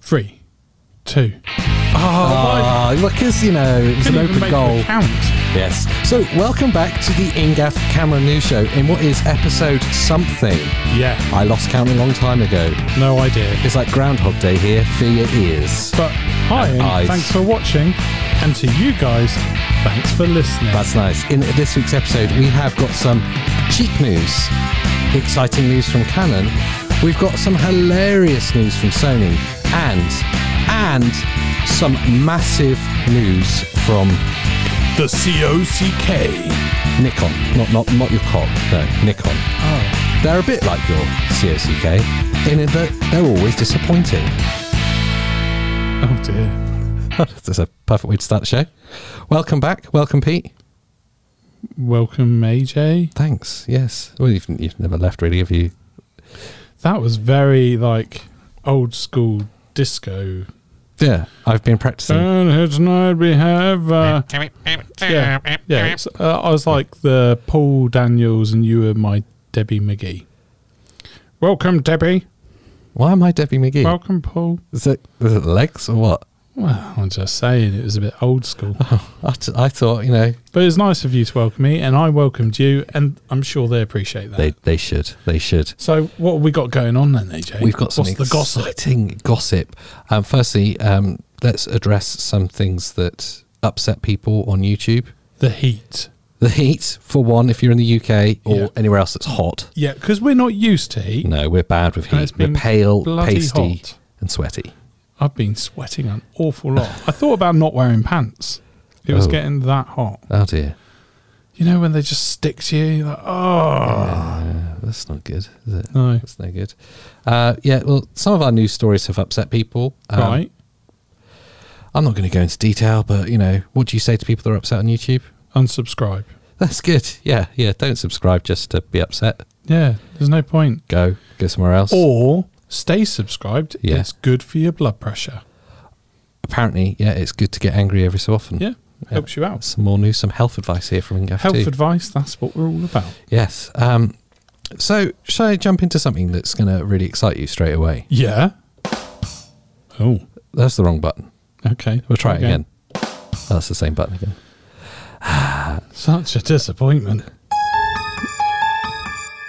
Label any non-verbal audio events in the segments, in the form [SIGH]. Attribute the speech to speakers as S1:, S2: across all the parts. S1: Three, two.
S2: Oh, because, you know, it was an
S1: Couldn't even
S2: open
S1: make
S2: goal.
S1: it count.
S2: Yes. So, welcome back to the Ingaff Cameron News Show in what is episode something.
S1: Yeah,
S2: I lost count a long time ago.
S1: no idea.
S2: It's like Groundhog Day here, for your ears.
S1: But hi,
S2: And
S1: and
S2: eyes.
S1: thanks for watching, and to you guys, thanks for listening.
S2: That's nice. In this week's episode, we have got some cheap news, exciting news from Canon. We've got some hilarious news from Sony, and and some massive news from
S1: the COCK.
S2: Nikon. Not not not your cock, no, Nikon.
S1: Oh,
S2: They're a bit like your COCK in that they're always disappointing. [LAUGHS]
S1: oh dear.
S2: That's a perfect way to start the show. Welcome back, welcome Pete.
S1: Welcome, AJ.
S2: Thanks. Yes. Well, you've, you've never left really, have you?
S1: That was very like old school disco.
S2: Yeah, I've been practicing.
S1: And here tonight we have. Uh, yeah, yeah. it's, uh, I was like the Paul Daniels, and you were my Debbie McGee. Welcome, Debbie.
S2: Why am I Debbie McGee?
S1: Welcome, Paul.
S2: Is it, is it legs or what?
S1: Well, I'm just saying it was a bit old school. [LAUGHS]
S2: I, t- I thought, you know,
S1: But it's nice of you to welcome me, and I welcomed you, and I'm sure they appreciate that.
S2: they, they should. They should.
S1: so, what have we got going on then, AJ?
S2: We've got some
S1: What's the gossip?
S2: exciting gossip. Um, firstly, um, let's address some things that upset people on YouTube.
S1: The heat.
S2: The heat, for one, if you're in the UK or
S1: Yeah.
S2: anywhere else that's hot.
S1: Yeah, because we're not used to heat.
S2: No, we're bad with
S1: And it's
S2: heat. We're
S1: been
S2: pale,
S1: bloody
S2: pasty,
S1: hot.
S2: and sweaty.
S1: I've been sweating an awful lot. I thought about not wearing pants. It was
S2: Oh.
S1: getting that hot.
S2: Oh dear,
S1: You know when they just stick to you, you're like, oh.
S2: Uh, that's not good, is it?
S1: No.
S2: That's no good. Uh, yeah, well, some of our news stories have upset people. Um,
S1: right.
S2: I'm not going to go into detail, but you know, what do you say to people that are upset on YouTube? [LAUGHS]
S1: Unsubscribe.
S2: That's good. Yeah, yeah. Don't subscribe just to be upset.
S1: Yeah, there's no point.
S2: Go, go somewhere else.
S1: Or stay subscribed.
S2: Yeah.
S1: It's good for your blood pressure.
S2: apparently, yeah, it's good to get angry every so often.
S1: Yeah, helps you out.
S2: Some more news, some health advice here from Ingaf
S1: Health
S2: too.
S1: advice, that's what we're all about.
S2: yes. Um, so, shall I jump into something that's going to really excite you straight away?
S1: Yeah. Oh,
S2: That's the wrong button.
S1: okay.
S2: We'll try it again. Oh, that's the same button again.
S1: Such a disappointment.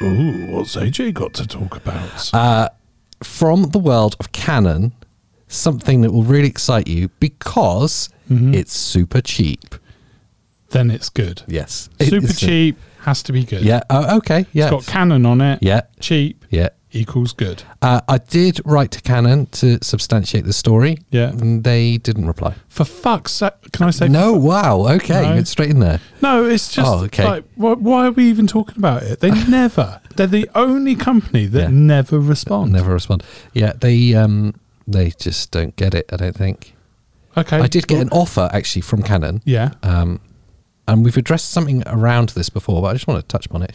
S1: Ooh, what's AJ got to talk about?
S2: From the world of Canon, something that will really excite you because
S1: Mm-hmm.
S2: it's super cheap.
S1: then it's good.
S2: Yes. It
S1: Super
S2: is-
S1: cheap has to be good.
S2: Yeah. Oh, okay. Yeah.
S1: It's got Canon on it.
S2: yeah.
S1: Cheap
S2: Yeah.
S1: equals good.
S2: Uh, I did write to Canon to substantiate the story.
S1: Yeah.
S2: And they didn't reply.
S1: For fuck's sake, can I say?
S2: No, wow. Okay.
S1: No.
S2: It's straight in there.
S1: No, it's just
S2: Oh, okay.
S1: like, why, why are we even talking about it? They [LAUGHS] never. They're the only company that
S2: Yeah.
S1: never respond.
S2: Never respond. Yeah. They um they just don't get it, I don't think.
S1: Okay.
S2: I did get an offer actually from Canon.
S1: Yeah.
S2: Um and we've addressed something around this before, but I just want to touch upon it.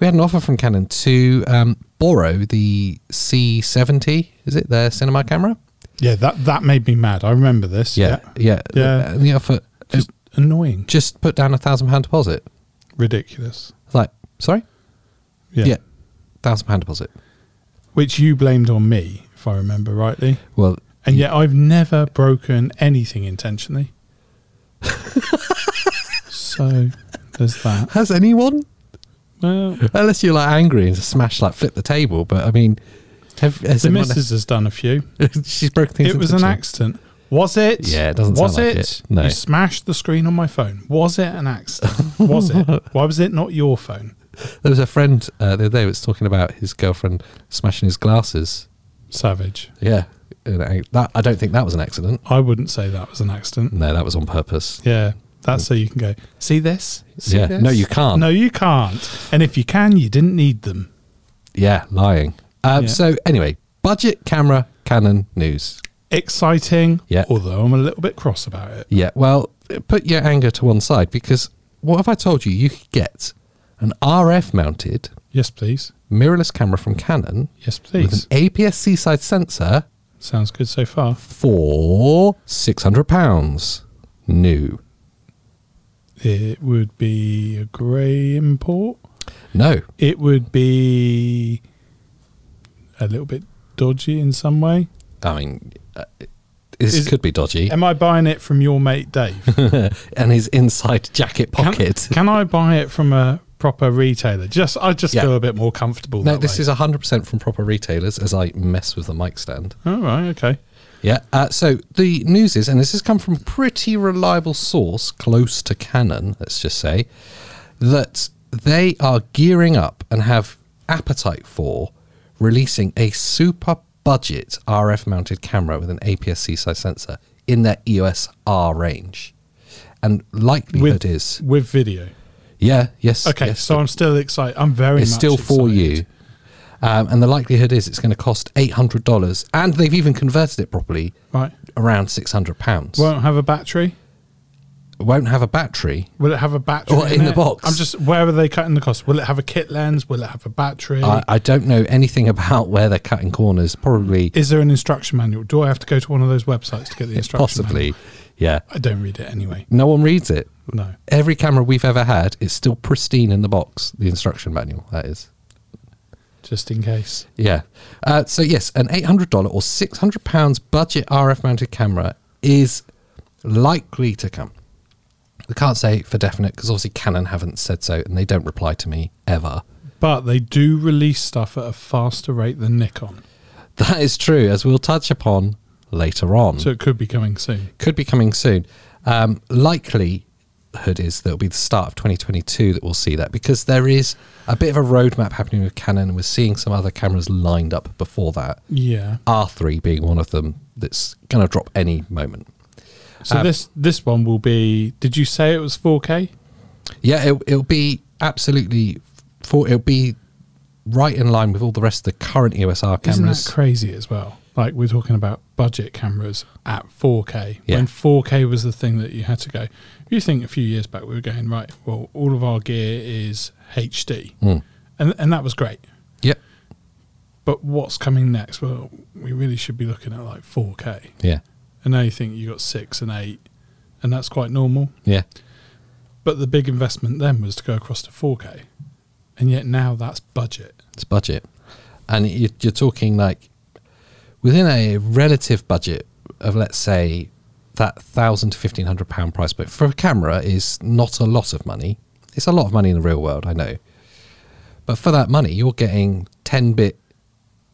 S2: We had an offer from Canon to um, borrow the C70, is it their cinema camera?
S1: Yeah. That that made me mad. I remember this.
S2: yeah, Uh,
S1: Yeah.
S2: And the offer
S1: Just annoying.
S2: just put down a thousand pound deposit.
S1: Ridiculous.
S2: It's like, sorry,
S1: Yeah.
S2: Yeah. Thousand pound deposit.
S1: Which you blamed on me, if I remember rightly.
S2: Well,
S1: And yet I've never broken anything
S2: [LAUGHS]
S1: intentionally. so there's that.
S2: has anyone?
S1: Well,
S2: Unless you're like angry and smash like flip the table, but I mean, have, has
S1: the
S2: anyone?
S1: missus has done a few.
S2: [LAUGHS] she's broken things.
S1: It was an
S2: intentionally.
S1: accident. Was it?
S2: Yeah, it doesn't
S1: Was
S2: sound like
S1: it?
S2: it. No.
S1: You smashed the screen on my phone. Was it an
S2: [LAUGHS]
S1: accident? Was it? Why was it not your phone?
S2: There was a friend uh, the other day who was talking about his girlfriend smashing his glasses.
S1: Savage.
S2: Yeah, And I- that I don't think that was an accident.
S1: I wouldn't say that was an accident.
S2: No, that was on purpose.
S1: Yeah. That's so you can go, see this? See
S2: Yeah.
S1: this?
S2: No, you can't.
S1: No, you can't. And if you can, you didn't need them.
S2: Yeah, lying. Um,
S1: Yeah.
S2: So anyway, budget camera Canon news.
S1: Exciting.
S2: Yeah.
S1: Although I'm a little bit cross about it.
S2: Yeah, well, put your anger to one side because what have I told you? You could get an RF mounted
S1: Yes, please.
S2: mirrorless camera from Canon
S1: Yes, please.
S2: with an APS-C side sensor
S1: Sounds good so far.
S2: for six hundred pounds new.
S1: It would be a grey import.
S2: No,
S1: It would be a little bit dodgy in some way.
S2: I mean uh, this
S1: Is-
S2: could be dodgy,
S1: Am I buying it from your mate
S2: [LAUGHS]
S1: Dave?
S2: and his inside jacket
S1: Can,
S2: pocket.
S1: can I buy it from a proper retailer? Just I just
S2: Yeah.
S1: feel a bit more comfortable.
S2: no,
S1: that
S2: this
S1: way.
S2: is 100% from proper retailers as I mess with the mic stand.
S1: all right. Okay.
S2: Yeah. Uh, so the news is, and this has come from a pretty reliable source close to Canon, let's just say, that they are gearing up and have appetite for releasing a super budget RF mounted camera with an APS C size sensor in their EOS R range. And
S1: With
S2: likelihood is,
S1: with video.
S2: yeah, yes.
S1: Okay,
S2: yes,
S1: so I'm still excited. I'm very.
S2: it's
S1: much
S2: still for
S1: excited.
S2: you. Um, and the likelihood is it's going to cost $800. And they've even converted it properly
S1: Right.
S2: around £600.
S1: Won't have a battery.
S2: won't have a battery.
S1: Will it have a battery
S2: What, in the
S1: it?
S2: box?
S1: I'm just where are they cutting the cost? Will it have a kit lens? Will it have a battery?
S2: I, I don't know anything about where they're cutting corners. Probably,
S1: Is there an instruction manual? Do I have to go to one of those websites to get the instruction? manual?
S2: possibly, yeah.
S1: I don't read it anyway.
S2: No one reads it.
S1: No.
S2: Every camera we've ever had is still pristine in the box. The instruction manual, that is.
S1: Just in case.
S2: Yeah. Uh, so yes, an eight hundred dollar or six hundred pounds budget RF mounted camera is likely to come. We can't say for definite because obviously Canon haven't said so, and they don't reply to me ever. [LAUGHS]
S1: But they do release stuff at a faster rate than Nikon.
S2: That is true, as we'll touch upon later on.
S1: So it could be coming soon.
S2: could be coming soon. Um, likelihood is that it'll be the start of 2022 that we'll see that because there is a bit of a roadmap happening with Canon, and we're seeing some other cameras lined up before that.
S1: Yeah.
S2: R3 being one of them that's going to drop any moment.
S1: So
S2: Um,
S1: this this one will be did you say it was 4K?
S2: Yeah, it, it'll be absolutely for it'll be right in line with all the rest of the current EOS R
S1: Isn't
S2: cameras.
S1: that crazy as well? Like we're talking about budget cameras at 4K.
S2: Yeah.
S1: When 4K was the thing that you had to go. If you think a few years back we were going right, well all of our gear is HD.
S2: Mm.
S1: And and that was great.
S2: Yep.
S1: But what's coming next? Well, we really should be looking at like 4K.
S2: Yeah.
S1: And now you think you got 6 and 8 and that's quite normal.
S2: Yeah.
S1: But the big investment then was to go across to 4K. And yet now that's budget.
S2: It's budget, and you- you're talking like within a relative budget of let's say that thousand to fifteen hundred pound price, but for a camera is not a lot of money. It's a lot of money in the real world, I know, but for that money, you're getting ten bit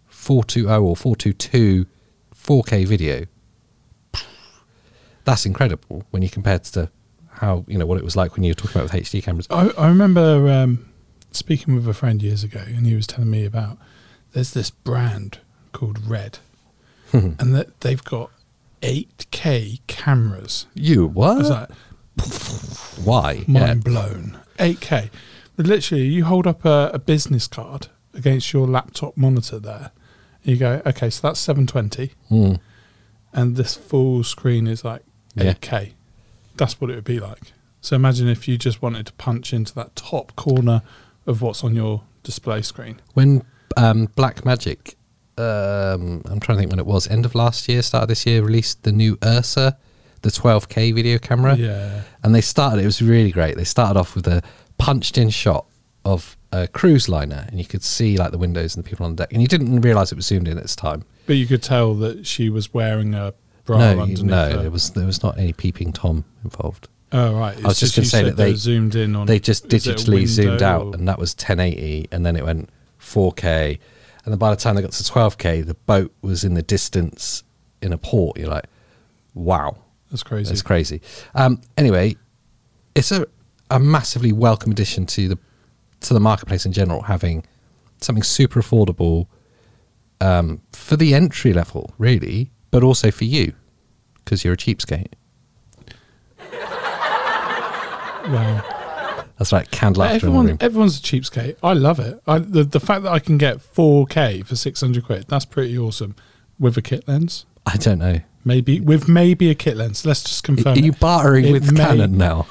S2: four two zero or four two two 4K video. That's incredible when you compare it to how you know what it was like when you were talking about with HD cameras.
S1: I, I remember um, speaking with a friend years ago, and he was telling me about there's this brand called Red, and that they've got 8K cameras.
S2: You
S1: I
S2: what?
S1: was like,
S2: Why? Yeah.
S1: mind blown. 8K. But literally, you hold up a, a business card against your laptop monitor there, and you go, okay, so that's 720,
S2: Mm.
S1: and this full screen is like
S2: Yeah.
S1: 8K. That's what it would be like. So imagine if you just wanted to punch into that top corner of what's on your display screen.
S2: when um, Black Magic, um, I'm trying to think when it was, end of last year, start of this year, released the new Ursa, the 12K video camera.
S1: Yeah.
S2: And they started, it was really great. They started off with a punched in shot of a cruise liner, and you could see like the windows and the people on the deck. And you didn't realize it was zoomed in at this time.
S1: But you could tell that she was wearing a bra
S2: no, you-
S1: underneath.
S2: no,
S1: her.
S2: there was there was not any peeping tom involved.
S1: Oh right. It's
S2: was just gonna
S1: you
S2: say
S1: said
S2: that they-
S1: were zoomed in on.
S2: They just
S1: is it a
S2: digitally zoomed
S1: window
S2: out,
S1: or-
S2: and that was 1080, and then it went 4K, and then by the time they got to 12K, the boat was in the distance in a port. You're like, wow,
S1: that's crazy.
S2: that's crazy. Um, anyway, it's a, a massively welcome addition to the to the marketplace in general, having something super affordable um, for the entry level, really, but also for you because you're a cheapskate.
S1: Wow.
S2: That's like candle after in the
S1: Everyone,
S2: room.
S1: everyone's a cheapskate. I love it. I, the the fact that I can get 4K for 600 quid. That's pretty awesome. With a kit lens,
S2: I don't know.
S1: maybe with maybe a kit lens. Let's just
S2: Are
S1: confirm.
S2: you
S1: it.
S2: bartering
S1: It
S2: with
S1: may-
S2: Canon now?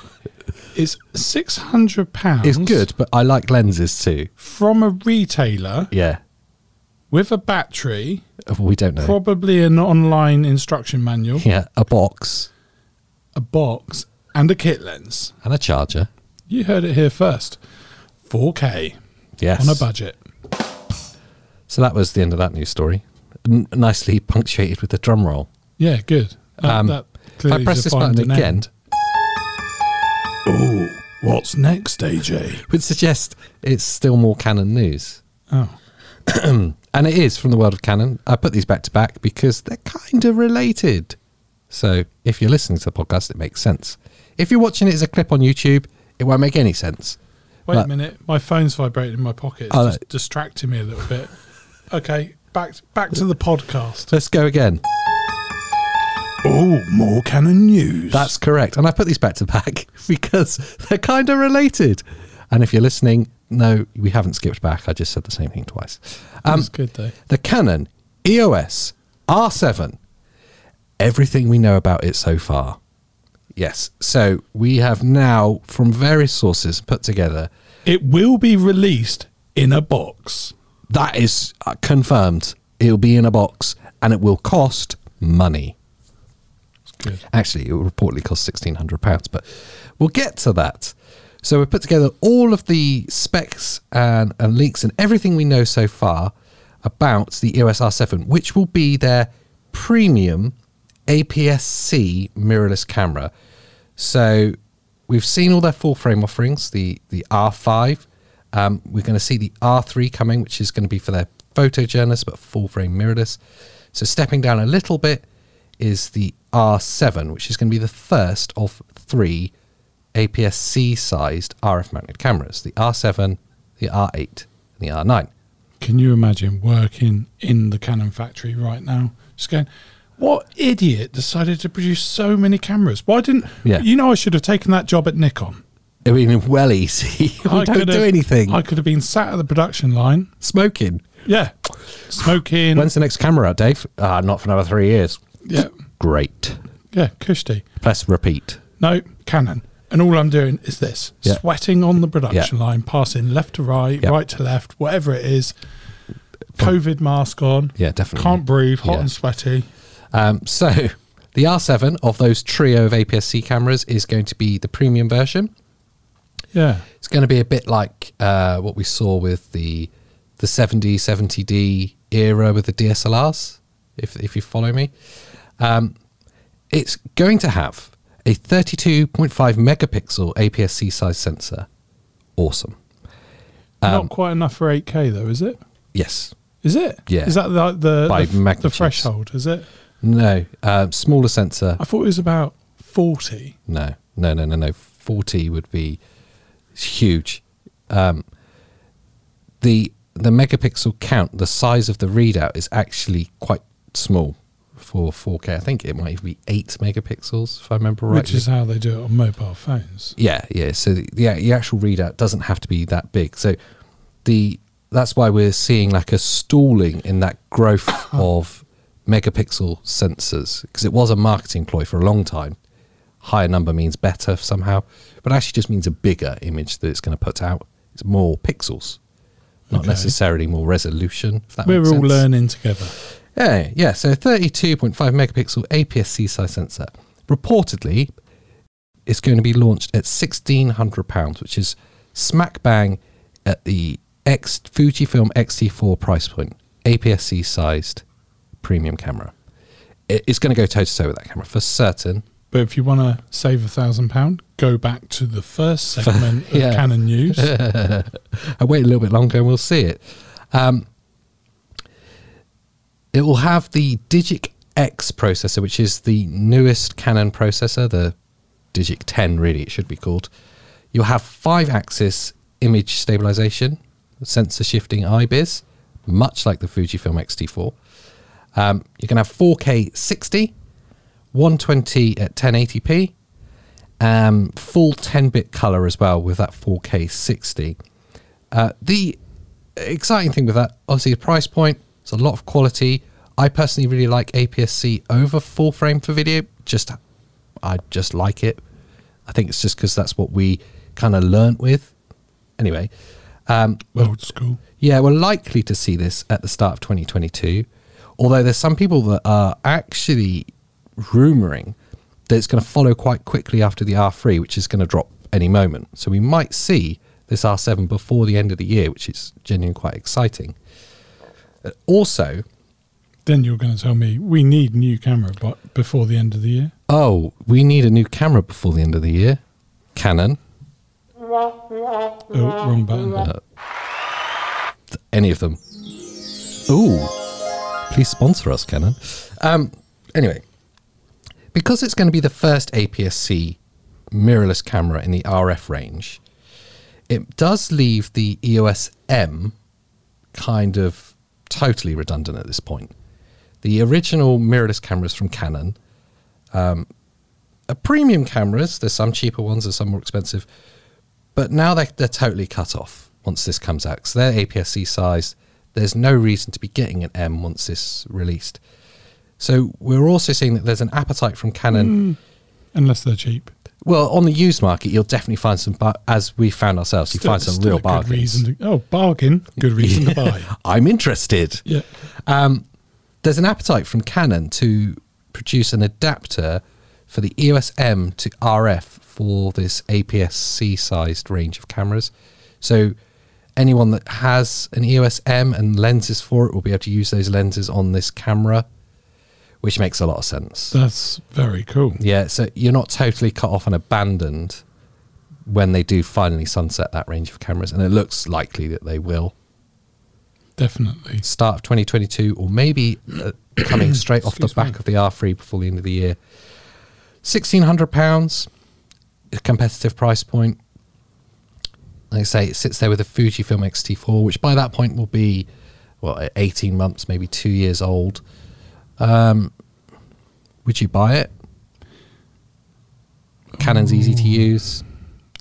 S1: It's 600 pounds.
S2: It's good, but I like lenses too.
S1: from a retailer
S2: Yeah.
S1: with a battery,
S2: Well, we don't know.
S1: probably an online instruction manual,
S2: yeah, a box
S1: a box, and a kit lens.
S2: and a charger.
S1: You heard it here first. 4K
S2: Yes.
S1: on a budget.
S2: So that was the end of that news story. N- nicely punctuated with the drum roll.
S1: Yeah, good. That,
S2: Um,
S1: that
S2: If
S1: clearly
S2: I press this
S1: defined
S2: button
S1: an
S2: again,
S1: end. Ooh, what's next, AJ?
S2: would suggest it's still more canon news.
S1: Oh,
S2: [CLEARS THROAT] And it is from the world of canon. I put these back to back because they're kind of related. So if you're listening to the podcast, it makes sense. If you're watching it as a clip on YouTube, it won't make any sense.
S1: wait
S2: But-
S1: a minute. My phone's vibrating in my pocket. It's
S2: Oh,
S1: just distracting me a little bit. Okay, back back to the podcast.
S2: Let's go again.
S1: Oh, more canon news.
S2: That's correct. And I put these back to back [LAUGHS] because they're kind of related. And if you're listening, no, we haven't skipped back. I just said the same thing twice. Um,
S1: That's good though.
S2: the Canon E EOS R7. Everything we know about it so far. Yes. So we have now, from various sources, put together
S1: It will be released in a box.
S2: that is uh, confirmed. It'll be in a box and it will cost money.
S1: It's good.
S2: Actually, it will reportedly cost sixteen hundred pounds, but we'll get to that. So we've put together all of the specs and, and leaks and everything we know so far about the E EOS R7, which will be their premium APS-C mirrorless camera. So we've seen all their full frame offerings, the the R5. Um, we're going to see the R3 coming, which is going to be for their photojournalists, but full frame mirrorless. So stepping down a little bit is the R7, which is going to be the first of three APS-C sized RF mounted cameras: the R7, the R8, and the R9.
S1: Can you imagine working in the Canon factory right now? Just going, what idiot decided to produce so many cameras? Why didn't
S2: Yeah.
S1: you know I should have taken that job at Nikon?
S2: I mean, well easy. [LAUGHS] we
S1: I
S2: [LAUGHS] don't
S1: could
S2: do
S1: have-
S2: anything.
S1: I could have been sat at the production line.
S2: Smoking.
S1: Yeah. Smoking.
S2: When's the next camera out, Dave? Ah, not for another three years.
S1: yeah.
S2: Great.
S1: Yeah. Kushti.
S2: Press repeat.
S1: No, Canon. And all I'm doing is this
S2: Yeah.
S1: sweating on the production line, passing left to right,
S2: Yeah.
S1: right to left, whatever it is. COVID mask on.
S2: Yeah, definitely.
S1: Can't breathe, hot
S2: Mm. Yeah.
S1: and sweaty.
S2: Um, so the R7 of those trio of APS-C cameras is going to be the premium version.
S1: Yeah.
S2: It's going to be a bit like uh, what we saw with the the 70 70D era with the DSLRs. If if you follow me, um, it's going to have a 32.5 megapixel APS-C size sensor. Awesome. Um,
S1: Not quite enough for 8K though, is it?
S2: Yes.
S1: Is it?
S2: Yeah.
S1: Is that like the
S2: By
S1: the, f- the
S2: magnitudes.
S1: threshold? Is it?
S2: No. Uh, smaller sensor.
S1: I thought it was about 40.
S2: No, no, no, no, no. 40 would be huge. Um, the the megapixel count, the size of the readout is actually quite small for 4K. I think it might even be 8 megapixels, if I remember right.
S1: Which is how they do it on mobile phones.
S2: Yeah, yeah. So the, the, the actual readout doesn't have to be that big. So the that's why we're seeing like a stalling in that
S1: [COUGHS]
S2: growth of megapixel sensors because it was a marketing ploy for a long time. Higher number means better somehow, but actually just means a bigger image that it's going to put out. It's more pixels, not
S1: Okay.
S2: necessarily more resolution. If that
S1: We're all
S2: makes sense.
S1: learning together.
S2: Yeah, yeah. So 32.5 megapixel APS-C size sensor. Reportedly, it's going to be launched at 1,600 pounds, which is smack bang at the X Fujifilm X-T4 price point. APS-C sized premium camera. It- It's going to go toe to toe with that camera for certain.
S1: But if you want to save a thousand pound, go back to the first
S2: [LAUGHS]
S1: segment of
S2: Yeah.
S1: Canon News.
S2: [LAUGHS] I wait a little bit longer and we'll see it. Um, it will have the Digic X processor, which is the newest Canon processor, the Digic 10, really, it should be called. You'll have five axis image stabilization, sensor shifting IBIS, much like the Fujifilm X-T4. Um, you can have 4K 60, 120 at 1080p, um, full 10 bit color as well with that 4K 60. Uh, the exciting thing with that, obviously, the price point, it's a lot of quality. I personally really like APS C over full frame for video. Just, I just like it. I think it's just because that's what we kind of learnt with. Anyway, um,
S1: Old school.
S2: yeah, we're likely to see this at the start of 2022. Although there's some people that are actually rumoring that it's going to follow quite quickly after the R3, which is going to drop any moment. So we might see this R7 before the end of the year, which is genuinely quite exciting. Uh, Also,
S1: Then you're going to tell me we need new camera but before the end of the year.
S2: Oh, we need a new camera before the end of the year. Canon.
S1: Oh, wrong button.
S2: any of them. Ooh, please sponsor us, Canon. Um, anyway, because it's going to be the first APS-C mirrorless camera in the RF range, it does leave the EOS M kind of totally redundant at this point. The original mirrorless cameras from Canon um, are premium cameras. There's some cheaper ones, there's some more expensive, but now they, they're totally cut off once this comes out. So they're APS-C sized. There's no reason to be getting an M once this released. So we're also seeing that there's an appetite from
S1: Hmm.
S2: Canon.
S1: Unless they're cheap.
S2: Well, on the used market, you'll definitely find some, bar- as we found ourselves, you
S1: Still-
S2: find some
S1: still a
S2: real
S1: good
S2: bargains.
S1: reason to- oh, bargain. Good reason
S2: [LAUGHS]
S1: to buy.
S2: I'm interested.
S1: Yeah.
S2: Um, there's an appetite from Canon to produce an adapter for the EOS M to RF for this APS-C sized range of cameras. So anyone that has an EOS M and lenses for it will be able to use those lenses on this camera, which makes a lot of sense.
S1: That's very cool.
S2: Yeah, so you're not totally cut off and abandoned when they do finally sunset that range of cameras, and it looks likely that they will
S1: Definitely.
S2: start of 2022 or maybe
S1: [CLEARS THROAT]
S2: uh, coming straight off the
S1: Excuse
S2: back
S1: me.
S2: of the R3 before the end of the year. £1,600, a competitive price point. Like I say, it sits there with a Fujifilm X-T4, which by that point will be, well, 18 months, maybe two years old. Um, would you buy it? Canon's easy to use.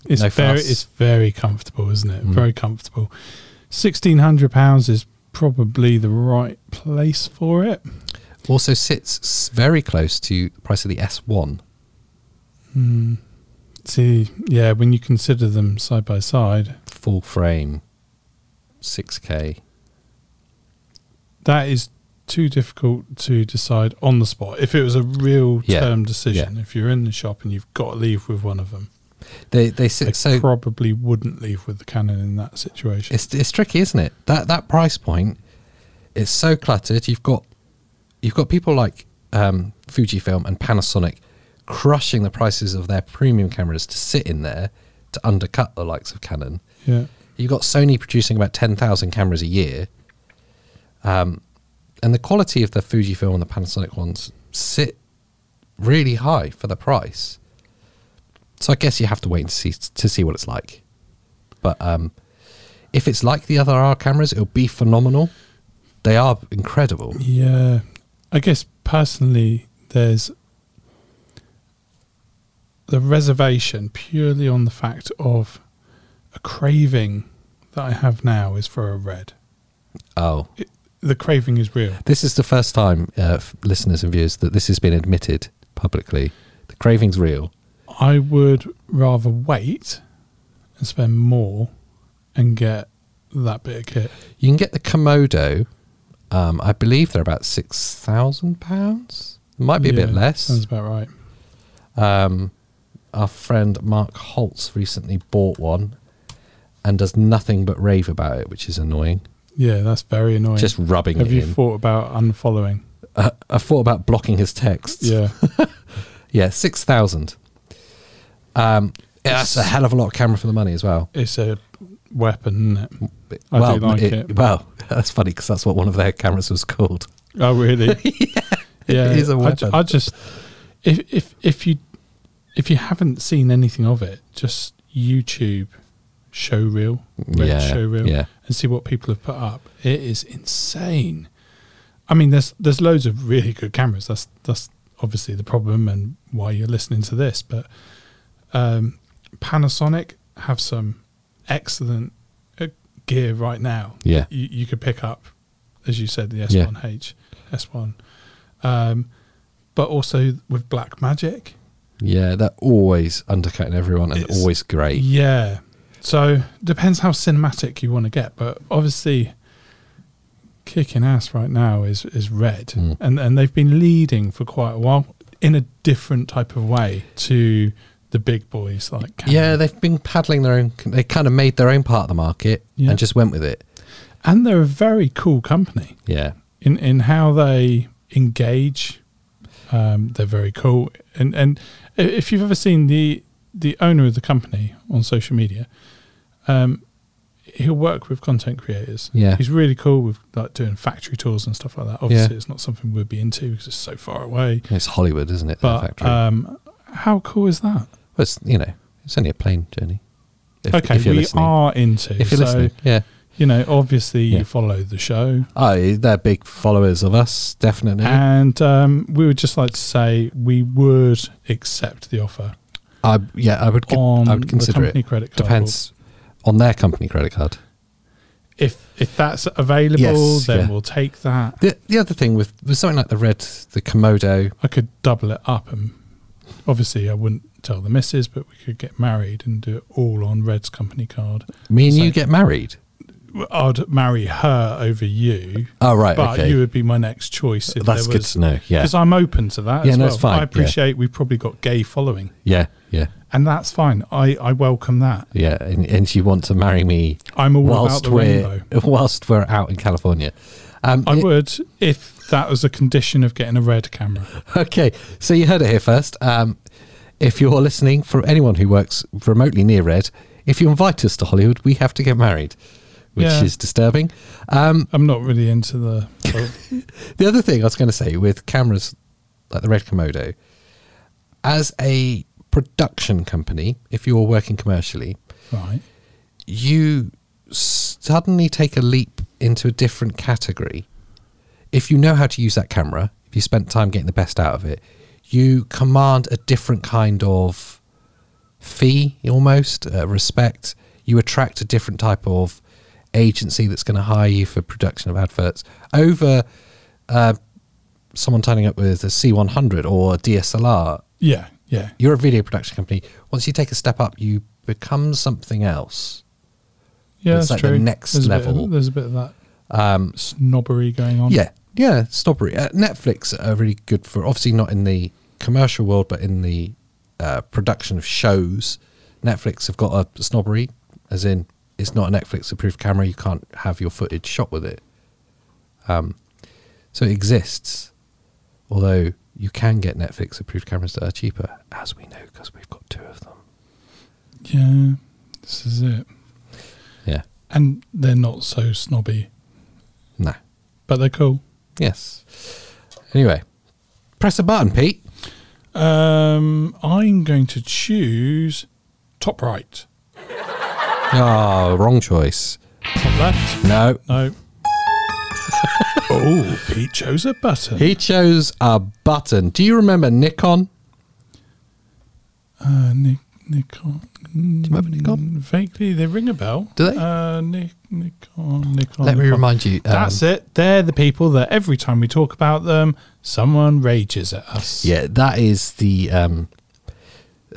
S1: It's
S2: No
S1: very
S2: fuss. Mm.
S1: it's very comfortable, isn't it? Very comfortable. Sixteen hundred pounds is probably the right place for it.
S2: Also sits s- very close to the price of the S1.
S1: See, yeah, when you consider them side by side,
S2: full frame 6k
S1: that is too difficult to decide on the spot. If it was a real
S2: Yeah,
S1: term decision, if you're in the shop and you've got to leave with one of them,
S2: they they
S1: I
S2: sit so
S1: probably wouldn't leave with the Canon in that situation.
S2: it's, it's tricky isn't it that that price point it's so cluttered you've got you've got people like um, fujifilm and panasonic crushing the prices of their premium cameras to sit in there to undercut the likes of canon
S1: yeah.
S2: You've got Sony producing about 10,000 cameras a year. Um, and the quality of the Fujifilm and the Panasonic ones sit really high for the price. So I guess you have to wait and see, to see what it's like. But um, if it's like the other R cameras, it'll be phenomenal. They are incredible.
S1: Yeah, I guess personally, there's the reservation purely on the fact of a craving that I have now is for a red.
S2: Oh,
S1: It, the craving is real.
S2: this is the first time, uh, f- listeners and viewers, that this has been admitted publicly. The craving's real.
S1: I would rather wait and spend more and get that bit of kit.
S2: You can get the Komodo. Um, I believe they're about six thousand pounds. Might be a bit
S1: Yeah, Sounds
S2: less.
S1: about right.
S2: Um, our friend Mark Holtz recently bought one and does nothing but rave about it, which is annoying.
S1: Yeah, that's very annoying.
S2: Just rubbing
S1: have
S2: it
S1: you
S2: in.
S1: thought about
S2: [LAUGHS]
S1: unfollowing?
S2: Uh, I thought about blocking his texts.
S1: Yeah,
S2: yeah, six thousand. Um, yeah, that's a hell of a lot of camera for the money as well.
S1: it's a weapon, isn't it? I
S2: well,
S1: do like it.
S2: Well, [LAUGHS] that's funny because that's what one of their cameras was called.
S1: Oh, really?
S2: [LAUGHS]
S1: yeah,
S2: is a
S1: I ju-
S2: weapon.
S1: I, just if if if you if you haven't seen anything of it, just YouTube show reel, red
S2: yeah,
S1: show reel,
S2: yeah.
S1: and see what people have put up. It is insane. I mean, there's there's loads of really good cameras. That's that's obviously the problem and why you're listening to this. But um, Panasonic have some excellent uh, gear right now
S2: Yeah.
S1: you, you could pick up, as you said, the
S2: Yeah.
S1: S1H, S1. Um, but also with Black Magic.
S2: Yeah, they're always undercutting everyone and
S1: It's-
S2: always great.
S1: Yeah. So depends how cinematic you want to get, but obviously kicking ass right now is is red.
S2: Mm.
S1: And and they've been leading for quite a while in a different type of way to the big boys like Canon.
S2: Yeah, they've been paddling their own. They kind of made their own part of the market
S1: Yeah.
S2: and just went with it.
S1: and they're a very cool company.
S2: Yeah,
S1: in in how they engage. Um, they're very cool, and and i- if you've ever seen the the owner of the company on social media, um, he'll work with content creators.
S2: Yeah.
S1: he's really cool with like doing factory tours and stuff like that. Obviously, it's not something we'd be into because it's so far away.
S2: It's Hollywood, isn't it? the
S1: But
S2: factory.
S1: um, how cool is that?
S2: Well, it's, you know, it's only a plane journey. If,
S1: okay,
S2: if you're
S1: we
S2: listening.
S1: are into.
S2: If you're
S1: so,
S2: listening, yeah.
S1: you know, obviously
S2: Yeah.
S1: you follow the show.
S2: Oh, they're big followers of us, definitely.
S1: And um, we would just like to say we would accept the offer
S2: I, yeah, I would, con-
S1: on
S2: I would
S1: the
S2: consider
S1: company
S2: it.
S1: credit card.
S2: Depends on their company credit card.
S1: If if that's available,
S2: Yes,
S1: then
S2: yeah.
S1: we'll take that.
S2: The, the other thing with, with something like the red, the Komodo,
S1: I could double it up, and obviously I wouldn't tell the missus, but we could get married and do it all on Red's company card.
S2: me and you
S1: So-
S2: get married.
S1: I'd marry her over you,
S2: Oh, right.
S1: but
S2: okay.
S1: you would be my next choice. If
S2: That's
S1: there
S2: good
S1: was,
S2: to know. Yeah.
S1: Because I'm open to that.
S2: Yeah,
S1: as
S2: no,
S1: well.
S2: it's fine, yeah.
S1: I appreciate we've probably got gay following,
S2: Yeah. Yeah.
S1: and that's fine. I, I welcome that.
S2: Yeah. And, and you want to marry me
S1: I'm all about
S2: whilst
S1: the
S2: we're
S1: rainbow.
S2: [LAUGHS] whilst we're out in California. Um,
S1: I
S2: it-
S1: would if that was a condition of getting a red camera.
S2: [LAUGHS] okay, so you heard it here first. Um, if you're listening, for anyone who works remotely near Red, if you invite us to Hollywood, we have to get married, which
S1: Yeah.
S2: is disturbing. Um,
S1: I'm not really into the. oh, well,
S2: the other thing I was going to say with cameras like the Red Komodo, as a production company, if you're working commercially,
S1: [LAUGHS] right.
S2: you suddenly take a leap into a different category. If you know how to use that camera, if you spent time getting the best out of it, you command a different kind of fee almost, uh, respect. You attract a different type of agency that's going to hire you for production of adverts over uh, someone turning up with a C100 or a DSLR.
S1: Yeah. Yeah.
S2: You're a video production company. Once you take a step up, you become something else.
S1: Yeah.
S2: It's
S1: that's
S2: like the
S1: true.
S2: next
S1: there's A bit
S2: level.
S1: of, there's a bit of that
S2: Um,
S1: snobbery going on.
S2: Yeah, yeah, snobbery. Uh, Netflix are really good for obviously not in the commercial world, but in the uh, production of shows. Netflix have got a snobbery, as in it's not a Netflix approved camera. You can't have your footage shot with it. Um, so it exists, although you can get Netflix approved cameras that are cheaper, as we know, because we've got two of them.
S1: Yeah. This is it.
S2: Yeah.
S1: And they're not so snobby,
S2: No.
S1: but they're cool.
S2: Yes. Anyway, press a button, Pete.
S1: Um, I'm going to choose top right,
S2: Oh, wrong choice.
S1: top left.
S2: No, [LAUGHS]
S1: No. oh, Pete chose a button.
S2: He chose a button. Do you remember Nikon?
S1: Uh, Nick, Nikon. Do you
S2: remember Nikon?
S1: Vaguely, they ring a bell.
S2: Do they?
S1: Uh, Nick, Nikon, Nikon.
S2: Let me
S1: Nikon.
S2: remind you. um,
S1: That's it. They're the people that every time we talk about them, someone rages at us.
S2: Yeah, that is the um,
S1: [LAUGHS]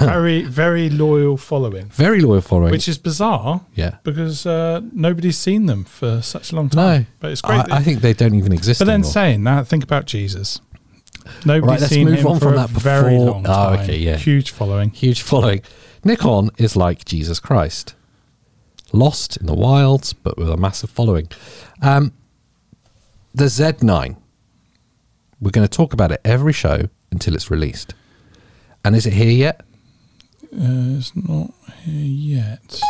S1: very, very loyal following,
S2: very loyal following.
S1: which is bizarre
S2: yeah.
S1: because uh, nobody's seen them for such a long time.
S2: No.
S1: but it's great.
S2: I,
S1: that-
S2: I think they don't even exist
S1: but then
S2: anymore.
S1: saying that, think about Jesus.
S2: All right,
S1: Nobody's
S2: let's
S1: seen
S2: move
S1: him
S2: on
S1: for
S2: from
S1: a
S2: that
S1: very
S2: before-
S1: long
S2: Oh,
S1: time.
S2: okay, yeah.
S1: Huge following.
S2: Huge following. Nikon is like Jesus Christ. Lost in the wilds, but with a massive following. Um, the Z9. We're going to talk about it every show until it's released. And is it here yet?
S1: Uh, it's not here yet,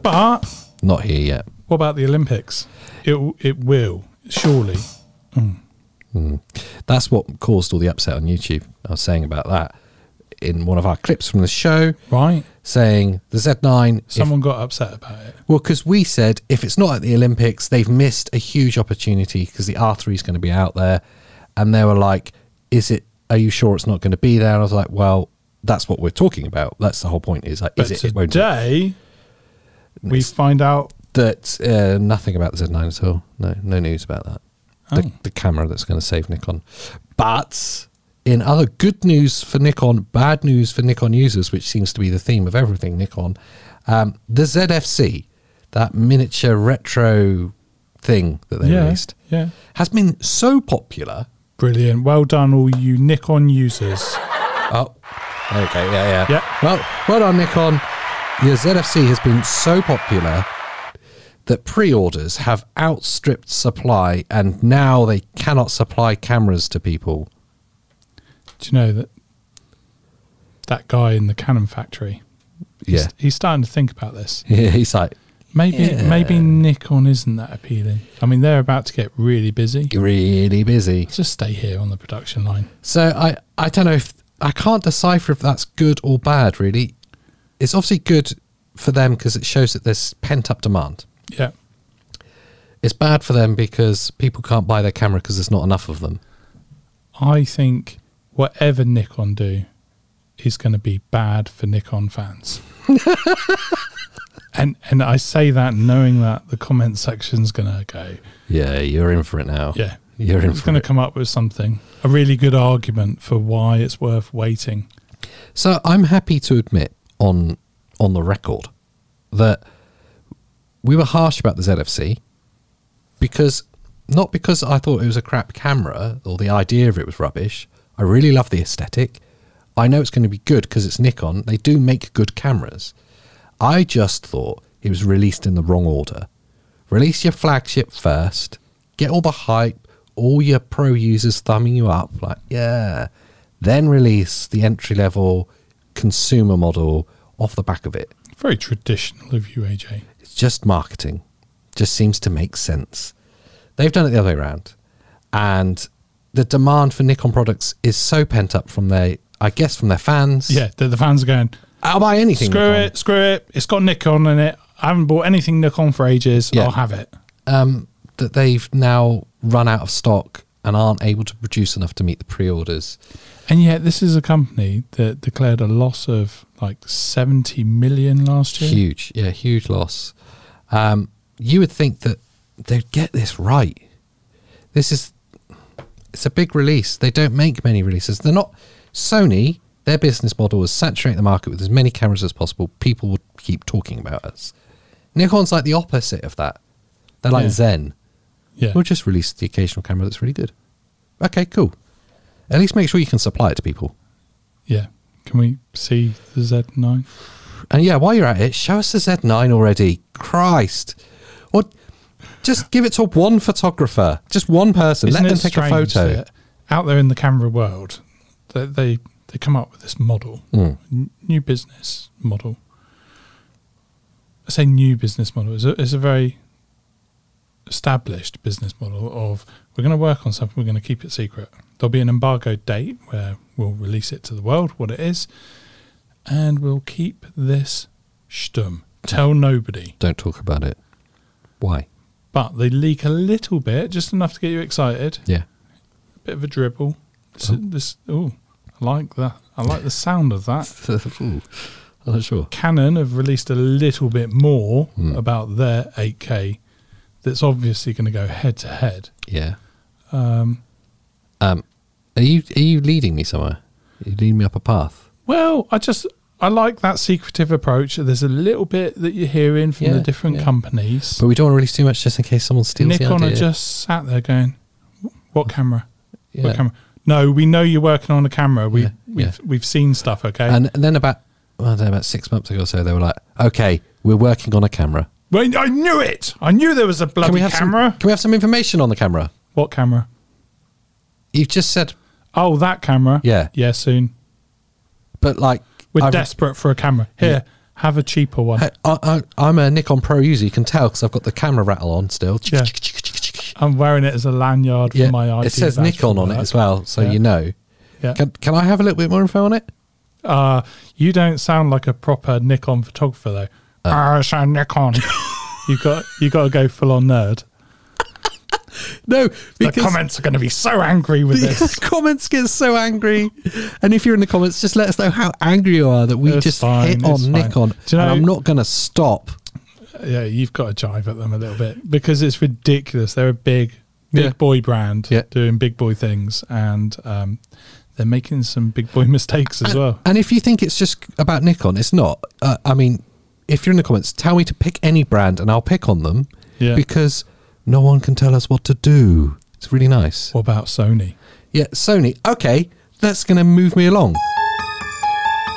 S1: but
S2: Not here yet.
S1: What about the Olympics? It w- it will surely.
S2: That's what caused all the upset on YouTube. I was saying about that in one of our clips from the show,
S1: Right?
S2: saying the Z9. if-
S1: Someone got upset about it.
S2: well, because we said if it's not at the Olympics, they've missed a huge opportunity because the R3 is going to be out there. And they were like, "Is it? Are you sure it's not going to be there?" And I was like, "Well, that's what we're talking about. That's the whole point. Is like,
S1: But
S2: is it? It won't.
S1: today we find out
S2: That uh, nothing about the Z9 at all. No, no news about that. The, the camera that's going to save Nikon. But in other good news for Nikon, bad news for Nikon users, which seems to be the theme of everything Nikon, um, the ZFC, that miniature retro thing that they
S1: yeah,
S2: released,
S1: yeah,
S2: has been so popular.
S1: brilliant. Well done, all you Nikon users.
S2: Oh, okay, yeah, yeah.
S1: Yeah.
S2: Well, well done, Nikon. The ZFC has been so popular that pre orders have outstripped supply and now they cannot supply cameras to people.
S1: Do you know that that guy in the Canon factory?
S2: Yeah.
S1: He's, he's starting to think about this.
S2: Yeah, he's [LAUGHS] like,
S1: Maybe
S2: Yeah.
S1: maybe Nikon isn't that appealing. I mean, they're about to get really busy.
S2: really busy.
S1: Just stay here on the production line.
S2: So I, I don't know if I can't decipher if that's good or bad, really. It's obviously good for them because it shows that there's pent up demand.
S1: Yeah.
S2: It's bad for them because people can't buy their camera because there's not enough of them.
S1: I think whatever Nikon do is going to be bad for Nikon
S2: [LAUGHS]
S1: fans. and and I say that knowing that the comment section's going to go,
S2: Yeah, you're in for it now.
S1: yeah,
S2: You're in
S1: it's
S2: for
S1: going to
S2: it.
S1: come up with something, a really good argument for why it's worth waiting.
S2: So I'm happy to admit on on the record that we were harsh about the ZFC because not because I thought it was a crap camera or the idea of it was rubbish. I really love the aesthetic. I know it's going to be good because it's Nikon. They do make good cameras. I just thought it was released in the wrong order. Release your flagship first, get all the hype, all your pro users thumbing you up, like, yeah. Then release the entry level consumer model off the back of it.
S1: Very traditional of you, AJ.
S2: It's just marketing. Just seems to make sense. They've done it the other way around. And the demand for Nikon products is so pent up from their, I guess, from their fans.
S1: Yeah, the, the fans are going,
S2: I'll buy anything.
S1: screw
S2: Nikon.
S1: it, screw it. It's got Nikon in it. I haven't bought anything Nikon for ages.
S2: Yeah.
S1: I'll have it.
S2: um, that they've now run out of stock and aren't able to produce enough to meet the pre-orders.
S1: And yet, this is a company that declared a loss of like 70 million last year.
S2: Huge, yeah, huge loss. Um, you would think that they'd get this right. This is it's a big release. They don't make many releases. They're not Sony. Their business model is saturate the market with as many cameras as possible. People will keep talking about us. Nikon's like the opposite of that. They're like
S1: Yeah.
S2: Zen.
S1: Yeah.
S2: We'll just release the occasional camera that's really good. Okay, cool. At least make sure you can supply it to people.
S1: Yeah. Can we see the Z9?
S2: And yeah, while you're at it, show us the Z9 already. Christ. Or just give it to one photographer, just one person.
S1: Isn't
S2: Let them
S1: it
S2: take a
S1: strange
S2: photo.
S1: that Out there in the camera world, that they, they come up with this model,
S2: Mm.
S1: n- new business model. I say new business model. It's a, it's a very established business model of we're going to work on something, we're going to keep it secret. There'll be an embargo date where we'll release it to the world, what it is, and we'll keep this stum. Tell nobody.
S2: Don't talk about it. Why?
S1: But they leak a little bit, just enough to get you excited. [LAUGHS]
S2: Yeah.
S1: bit of a dribble. This, this oh, I like that. I like the sound of that.
S2: Ooh, I'm not sure.
S1: Canon have released a little bit more
S2: Hmm.
S1: about their 8K. That's obviously going to go head to head.
S2: Yeah. Um, are you are you leading me somewhere? Are you leading me up a path?
S1: Well, I just I like that secretive approach. There's a little bit that you're hearing from the
S2: Yeah,
S1: different
S2: yeah.
S1: companies.
S2: But we don't want to release too much just in case someone steals
S1: Nikon
S2: the
S1: are
S2: idea.
S1: just sat there going, "What camera?
S2: Yeah.
S1: What camera? No, we know you're working on a camera. We
S2: Yeah,
S1: we've
S2: yeah.
S1: we've seen stuff. Okay,
S2: And, and then about well, I don't know, about six months ago or so, they were like, "Okay, we're working on a camera.
S1: well, I knew it. I knew there was a bloody
S2: Can we have
S1: camera.
S2: Some, can we have some information on the camera?"
S1: what camera?
S2: You've just said,
S1: Oh, that camera.
S2: Yeah.
S1: Yeah, soon.
S2: but like,
S1: We're
S2: I've-
S1: desperate for a camera. Here, have a cheaper one.
S2: I, I, I'm a Nikon Pro user. You can tell because I've got the camera rattle on still.
S1: Yeah. I'm wearing it as a lanyard for
S2: Yeah,
S1: my ID.
S2: it says
S1: badge
S2: Nikon
S1: from
S2: on it
S1: work.
S2: as well, so
S1: Yeah.
S2: you know.
S1: Yeah.
S2: Can, can I have a little bit more info on it?
S1: Uh, you don't sound like a proper Nikon photographer though.
S2: Uh.
S1: Ah, it's a
S2: [LAUGHS]
S1: Nikon. you got you got to go full on nerd.
S2: No,
S1: The [LAUGHS]
S2: because
S1: comments are going to be so angry with this.
S2: the comments get so angry, and if you're in the comments, just let us know how angry you are that we
S1: It's
S2: just
S1: fine,
S2: hit
S1: it's
S2: on
S1: fine.
S2: Nikon,
S1: Do you know-
S2: and I'm not going to stop.
S1: yeah, you've got to jive at them a little bit because it's ridiculous. They're a big big
S2: Yeah.
S1: boy brand
S2: Yeah.
S1: doing big boy things, and um, they're making some big boy [LAUGHS] mistakes as
S2: and,
S1: well.
S2: Oh. and if you think it's just about Nikon, it's not. Uh, I mean, if you're in the comments, tell me to pick any brand, and I'll pick on them.
S1: Yeah.
S2: Because no one can tell us what to do. It's really nice.
S1: What about Sony?
S2: Yeah, Sony. Okay, that's going to move me along.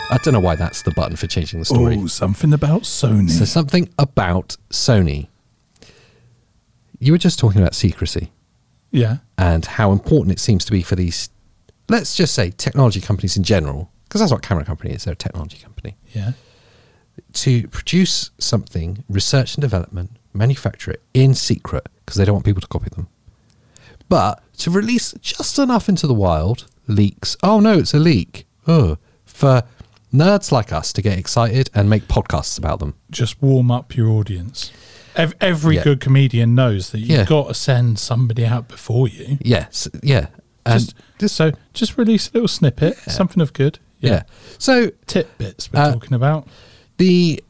S2: I don't know why that's the button for changing the story.
S1: Oh, something about Sony.
S2: So something about Sony. you were just talking about secrecy
S1: Yeah.
S2: and how important it seems to be for these, let's just say, technology companies in general, because that's what camera company is. They're a technology company
S1: Yeah.
S2: to produce something, research and development, manufacture it in secret because they don't want people to copy them. But to release just enough into the wild, leaks. Oh no, it's a leak. Oh, for nerds like us to get excited and make podcasts about them.
S1: Just warm up your audience. Ev- every
S2: Yeah.
S1: good comedian knows that you've
S2: Yeah.
S1: got to send somebody out before you.
S2: Yes, yeah, and
S1: Just, so just release a little snippet, something of good.
S2: yeah. So
S1: Tidbits we're
S2: Uh,
S1: talking about.
S2: the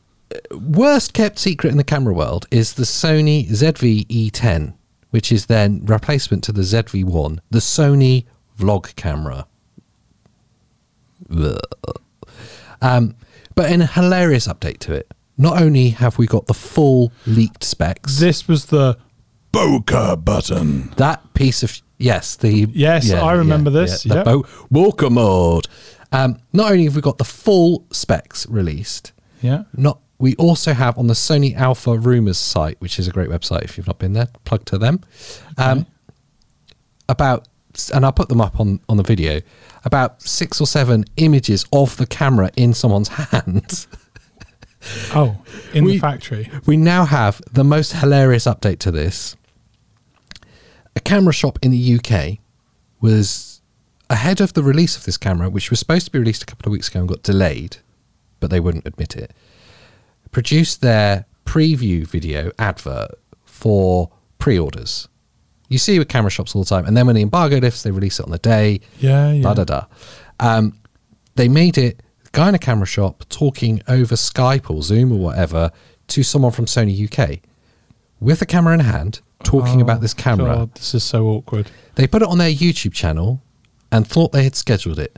S2: uh, worst kept secret in the camera world is the Sony ZV-E10, which is then replacement to the ZV-1, the Sony vlog camera. Blech. Um, but in a hilarious update to it, not only have we got the full leaked specs,
S1: This was the bokeh button.
S2: that piece of yes, the
S1: Yes, I remember this,
S2: the
S1: yep.
S2: bo- walker mode. Um, not only have we got the full specs released,
S1: Yeah.
S2: not we also have on the Sony Alpha Rumors site, which is a great website if you've not been there, plug to them. Um, About and I'll put them up on on the video. About six or seven images of the camera in someone's [LAUGHS] hand.
S1: Oh, in
S2: We-
S1: the factory.
S2: We now have the most hilarious update to this. A camera shop in the UK was ahead of the release of this camera, which was supposed to be released a couple of weeks ago and got delayed, but they wouldn't admit it. Produced their preview video advert for pre orders. You see with camera shops all the time, and then when the embargo lifts, they release it on the day
S1: Yeah, yeah.
S2: da da da. Um, they made it guy in a camera shop talking over Skype or Zoom or whatever to someone from Sony UK with a camera in hand, talking
S1: Oh,
S2: about this camera.
S1: God, this is so awkward.
S2: They put it on their YouTube channel and thought they had scheduled it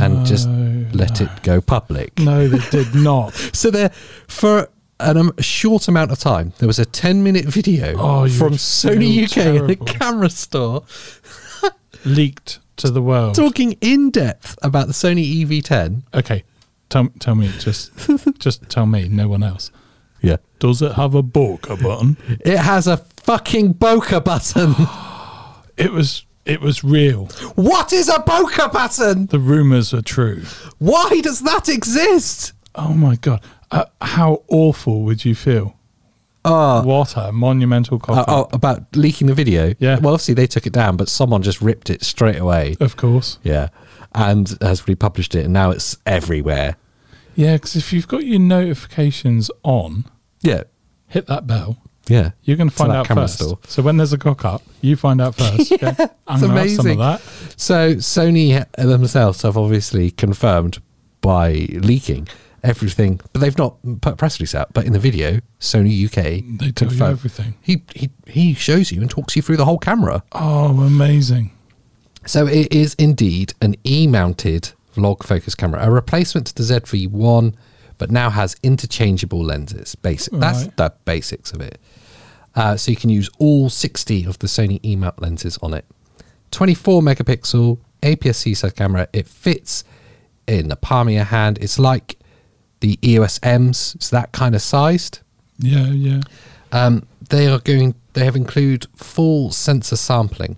S2: and just
S1: No,
S2: let it go public.
S1: No, they
S2: [LAUGHS]
S1: did not.
S2: So there, for an, um, a short amount of time, there was a ten-minute video
S1: Oh, you
S2: from
S1: would
S2: Sony
S1: feel
S2: UK in a
S1: terrible.
S2: camera store
S1: Leaked to the world.
S2: talking in depth about the Sony E EV10.
S1: Okay, tell tell me just just tell me, no one else.
S2: Yeah,
S1: Does it have a bokeh button?
S2: It has a fucking
S1: [GASPS]
S2: bokeh button.
S1: It was it was real.
S2: what is a bokeh button?
S1: The rumors are true.
S2: Why does that exist?
S1: Oh my god, uh, how awful would you feel?
S2: Oh.
S1: what a monumental cock
S2: Uh, oh, about leaking the video.
S1: Yeah. Oh.
S2: Well, obviously they took it down, but someone just ripped it straight away.
S1: Of course,
S2: Yeah. And has republished it, and now it's everywhere.
S1: yeah. Because if you've got your notifications on,
S2: Yeah.
S1: hit that bell.
S2: Yeah.
S1: You're going to find
S2: that
S1: out
S2: camera
S1: first.
S2: store.
S1: So when there's a cock up, you find
S2: [LAUGHS]
S1: out first. yeah, I'm
S2: it's
S1: gonna have some of
S2: amazing.
S1: that.
S2: So Sony themselves have obviously confirmed by leaking everything, but they've not put a press release out. But in the video, Sony UK
S1: They tell you
S2: confirmed-
S1: everything.
S2: He, he he shows you and talks you through the whole camera.
S1: Oh, amazing.
S2: So it is indeed an E-mounted vlog focus camera, a replacement to the ZV-1, but now has interchangeable lenses. Basic. That's
S1: Right.
S2: the basics of it. Uh, so you can use all 60 of the Sony E-mount lenses on it. 24 megapixel APS-C size camera. It fits in the palm of your hand. It's like the EOS M's. It's that kind of sized.
S1: Yeah, yeah.
S2: Um, they are going. They have include full sensor sampling,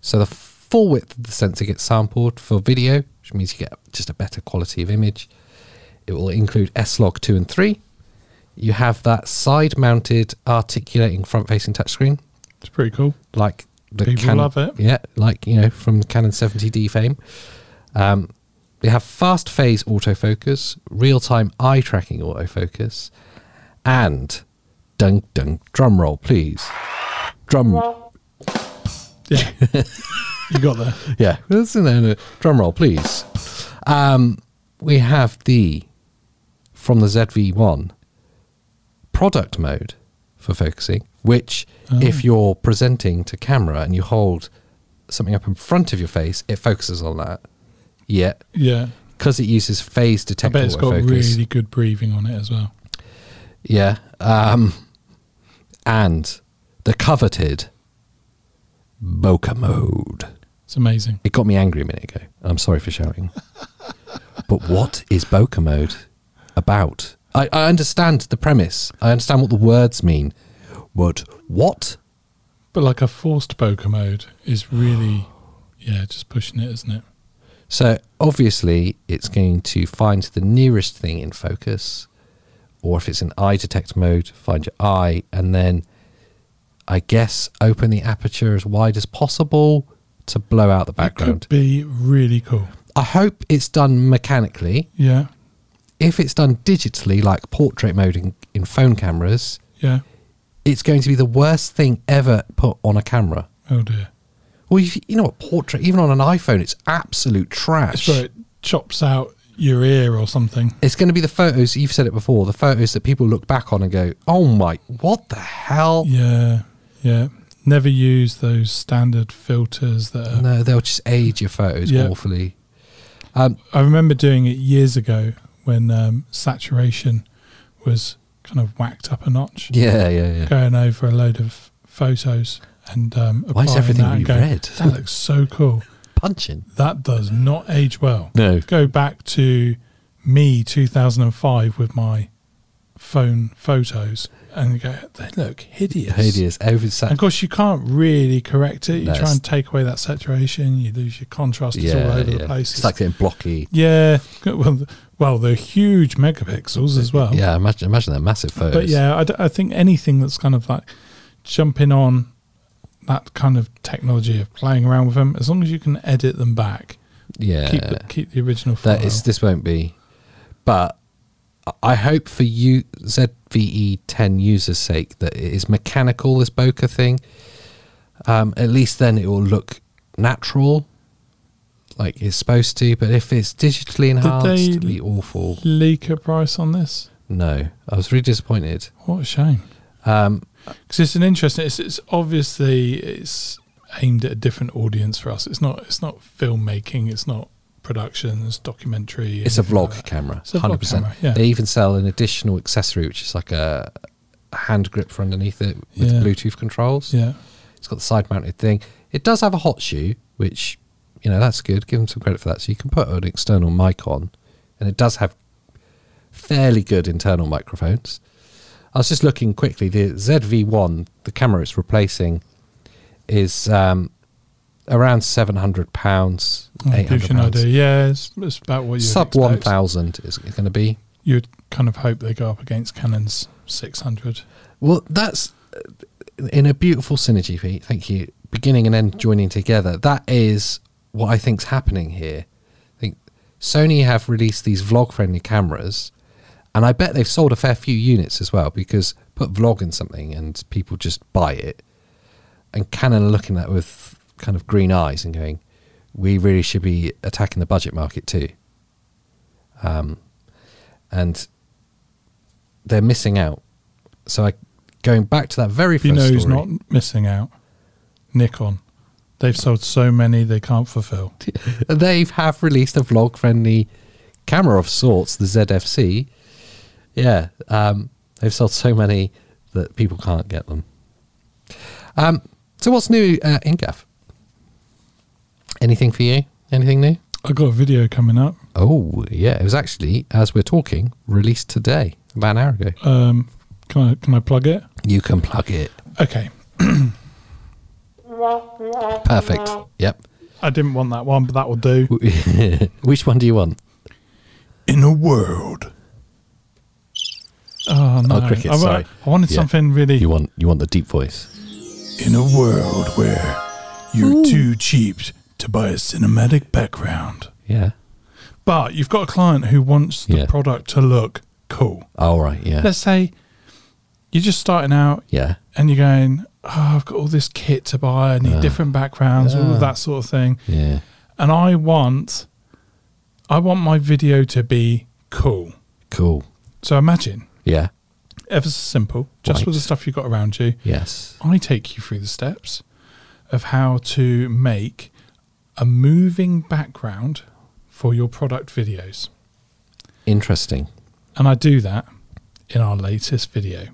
S2: so the full width of the sensor gets sampled for video, which means you get just a better quality of image. It will include S-Log two and three. You have that side-mounted articulating front-facing touchscreen,
S1: It's pretty cool.
S2: like the
S1: People
S2: Canon,
S1: love it.
S2: Yeah, like you know from the Canon 70D fame. Um, they have fast phase autofocus, real time eye tracking autofocus, and dun dun drum roll, please. Drum, [LAUGHS]
S1: Yeah. you got there.
S2: yeah, listen there, no, drum roll, please. Um, we have the from the ZV1 product mode for focusing, which
S1: Oh.
S2: if you're presenting to camera and you hold something up in front of your face, it focuses on that. Yeah,
S1: Yeah.
S2: because it uses phase
S1: I
S2: detector
S1: bet it's got
S2: autofocus.
S1: really good breathing on it as well.
S2: Yeah, um, and the coveted bokeh mode.
S1: It's amazing.
S2: It got me angry a minute ago. I'm sorry for shouting. but what is bokeh mode about? I, I understand the premise. I understand what the words mean. But what
S1: But like a forced bokeh mode is
S2: [GASPS]
S1: really, yeah, just pushing it, isn't it?
S2: So obviously, it's going to find the nearest thing in focus, or if it's in eye detect mode, find your eye, and then I guess open the aperture as wide as possible to blow out the
S1: That
S2: background.
S1: could be really cool.
S2: I hope it's done mechanically.
S1: Yeah,
S2: If it's done digitally, like portrait mode in, in phone cameras,
S1: yeah.
S2: it's going to be the worst thing ever put on a camera.
S1: Oh dear.
S2: Well, you, you know what, portrait, even on an iPhone, it's absolute trash.
S1: That's where it chops out your ear or something.
S2: it's going to be the photos you've said it before the photos that people look back on and go oh my what the hell
S1: Yeah, yeah. Never use those standard filters that are
S2: no they'll just age your photos
S1: Yeah.
S2: awfully
S1: I remember doing it years ago when um, saturation was kind of whacked up a notch,
S2: yeah yeah yeah
S1: going over a load of photos and um,
S2: Why is
S1: applying
S2: everything
S1: that and
S2: really
S1: going,
S2: red?
S1: That looks so cool.
S2: [LAUGHS] punching
S1: That does not age well.
S2: no
S1: Go back to me 2005 with my phone photos and you go, they look hideous.
S2: hideous over
S1: And of course, you can't really correct it. You
S2: No,
S1: try
S2: it's-
S1: and take away that saturation, you lose your contrast, it's all
S2: yeah,
S1: over the
S2: yeah.
S1: place.
S2: it's like getting blocky
S1: Yeah, [LAUGHS] well, th- well, they're huge megapixels as well.
S2: yeah imagine imagine that massive photos
S1: Oh. but yeah, I, d- I think anything that's kind of like jumping on that kind of technology of playing around with them, as long as you can edit them back,
S2: yeah
S1: keep the, keep the original file.
S2: that is this won't be but I hope for you ZVE 10 users sake that it is mechanical this bokeh thing um, at least then it will look natural like it's supposed to but if it's digitally enhanced
S1: they-
S2: it'll be awful
S1: leak a price on this.
S2: no I was really disappointed
S1: What a shame.
S2: um,
S1: Because it's an interesting. It's, it's obviously it's aimed at a different audience for us. It's not. It's not filmmaking. It's not production. It's documentary.
S2: it's a
S1: anything like
S2: vlog
S1: that.
S2: camera
S1: It's a vlog
S2: 100%
S1: camera, yeah.
S2: they even sell an additional accessory which is like a a hand grip for underneath it with
S1: Yeah.
S2: Bluetooth controls
S1: Yeah.
S2: It's got the side mounted thing. It does have a hot shoe, which, you know, that's good. Give them some credit for that. So you can put an external mic on, and it does have fairly good internal microphones. I was just looking quickly. The ZV1, the camera it's replacing, is um, around £700,
S1: Oh, gives you an idea.
S2: £800.
S1: Yeah, it's, it's about what you
S2: Sub 1000 is going to be.
S1: You'd kind of hope they go up against Canon's 600.
S2: Well, that's uh, in a beautiful synergy, Pete. Thank you. Beginning and end joining together. That is what I think's happening here. I think Sony have released these vlog-friendly cameras, and I bet they've sold a fair few units as well because put vlog in something and people just buy it. And Canon are looking at it with kind of green eyes and going, "We really should be attacking the budget market too." Um, and they're missing out. So I going back to that very first
S1: You know who's
S2: story.
S1: not missing out? Nikon. They've sold so many they can't fulfill.
S2: [LAUGHS] they have released a vlog friendly camera of sorts, the ZFC. Yeah, um, they've sold so many that people can't get them. Um, so, what's new uh, in Gaff? Anything for you? Anything new?
S1: I've got a video coming up.
S2: Oh, yeah, it was actually, as we're talking, released today, about an hour ago.
S1: Um, can, I, can I plug it?
S2: You can plug it.
S1: Okay.
S2: Perfect. Yep.
S1: I didn't want that one, but that will do.
S2: [LAUGHS] Which one do you want?
S1: In a world. Oh, no.
S2: cricket,
S1: I, wa-
S2: sorry.
S1: I wanted
S2: Yeah.
S1: something really.
S2: You want you want the deep voice.
S1: In a world where you're too cheap to buy a cinematic background.
S2: Yeah.
S1: But you've got a client who wants the
S2: Yeah.
S1: product to look cool.
S2: All right. Yeah.
S1: Let's say you're just starting out
S2: yeah.
S1: and you're going, oh, I've got all this kit to buy. I need different backgrounds, all
S2: Ah.
S1: of that sort of thing.
S2: Yeah.
S1: And I want, I want my video to be cool.
S2: Cool.
S1: So imagine,
S2: Yeah.
S1: ever so simple, just
S2: Right.
S1: with the stuff you've got around you.
S2: Yes.
S1: I take you through the steps of how to make a moving background for your product videos.
S2: Interesting.
S1: And I do that in our latest video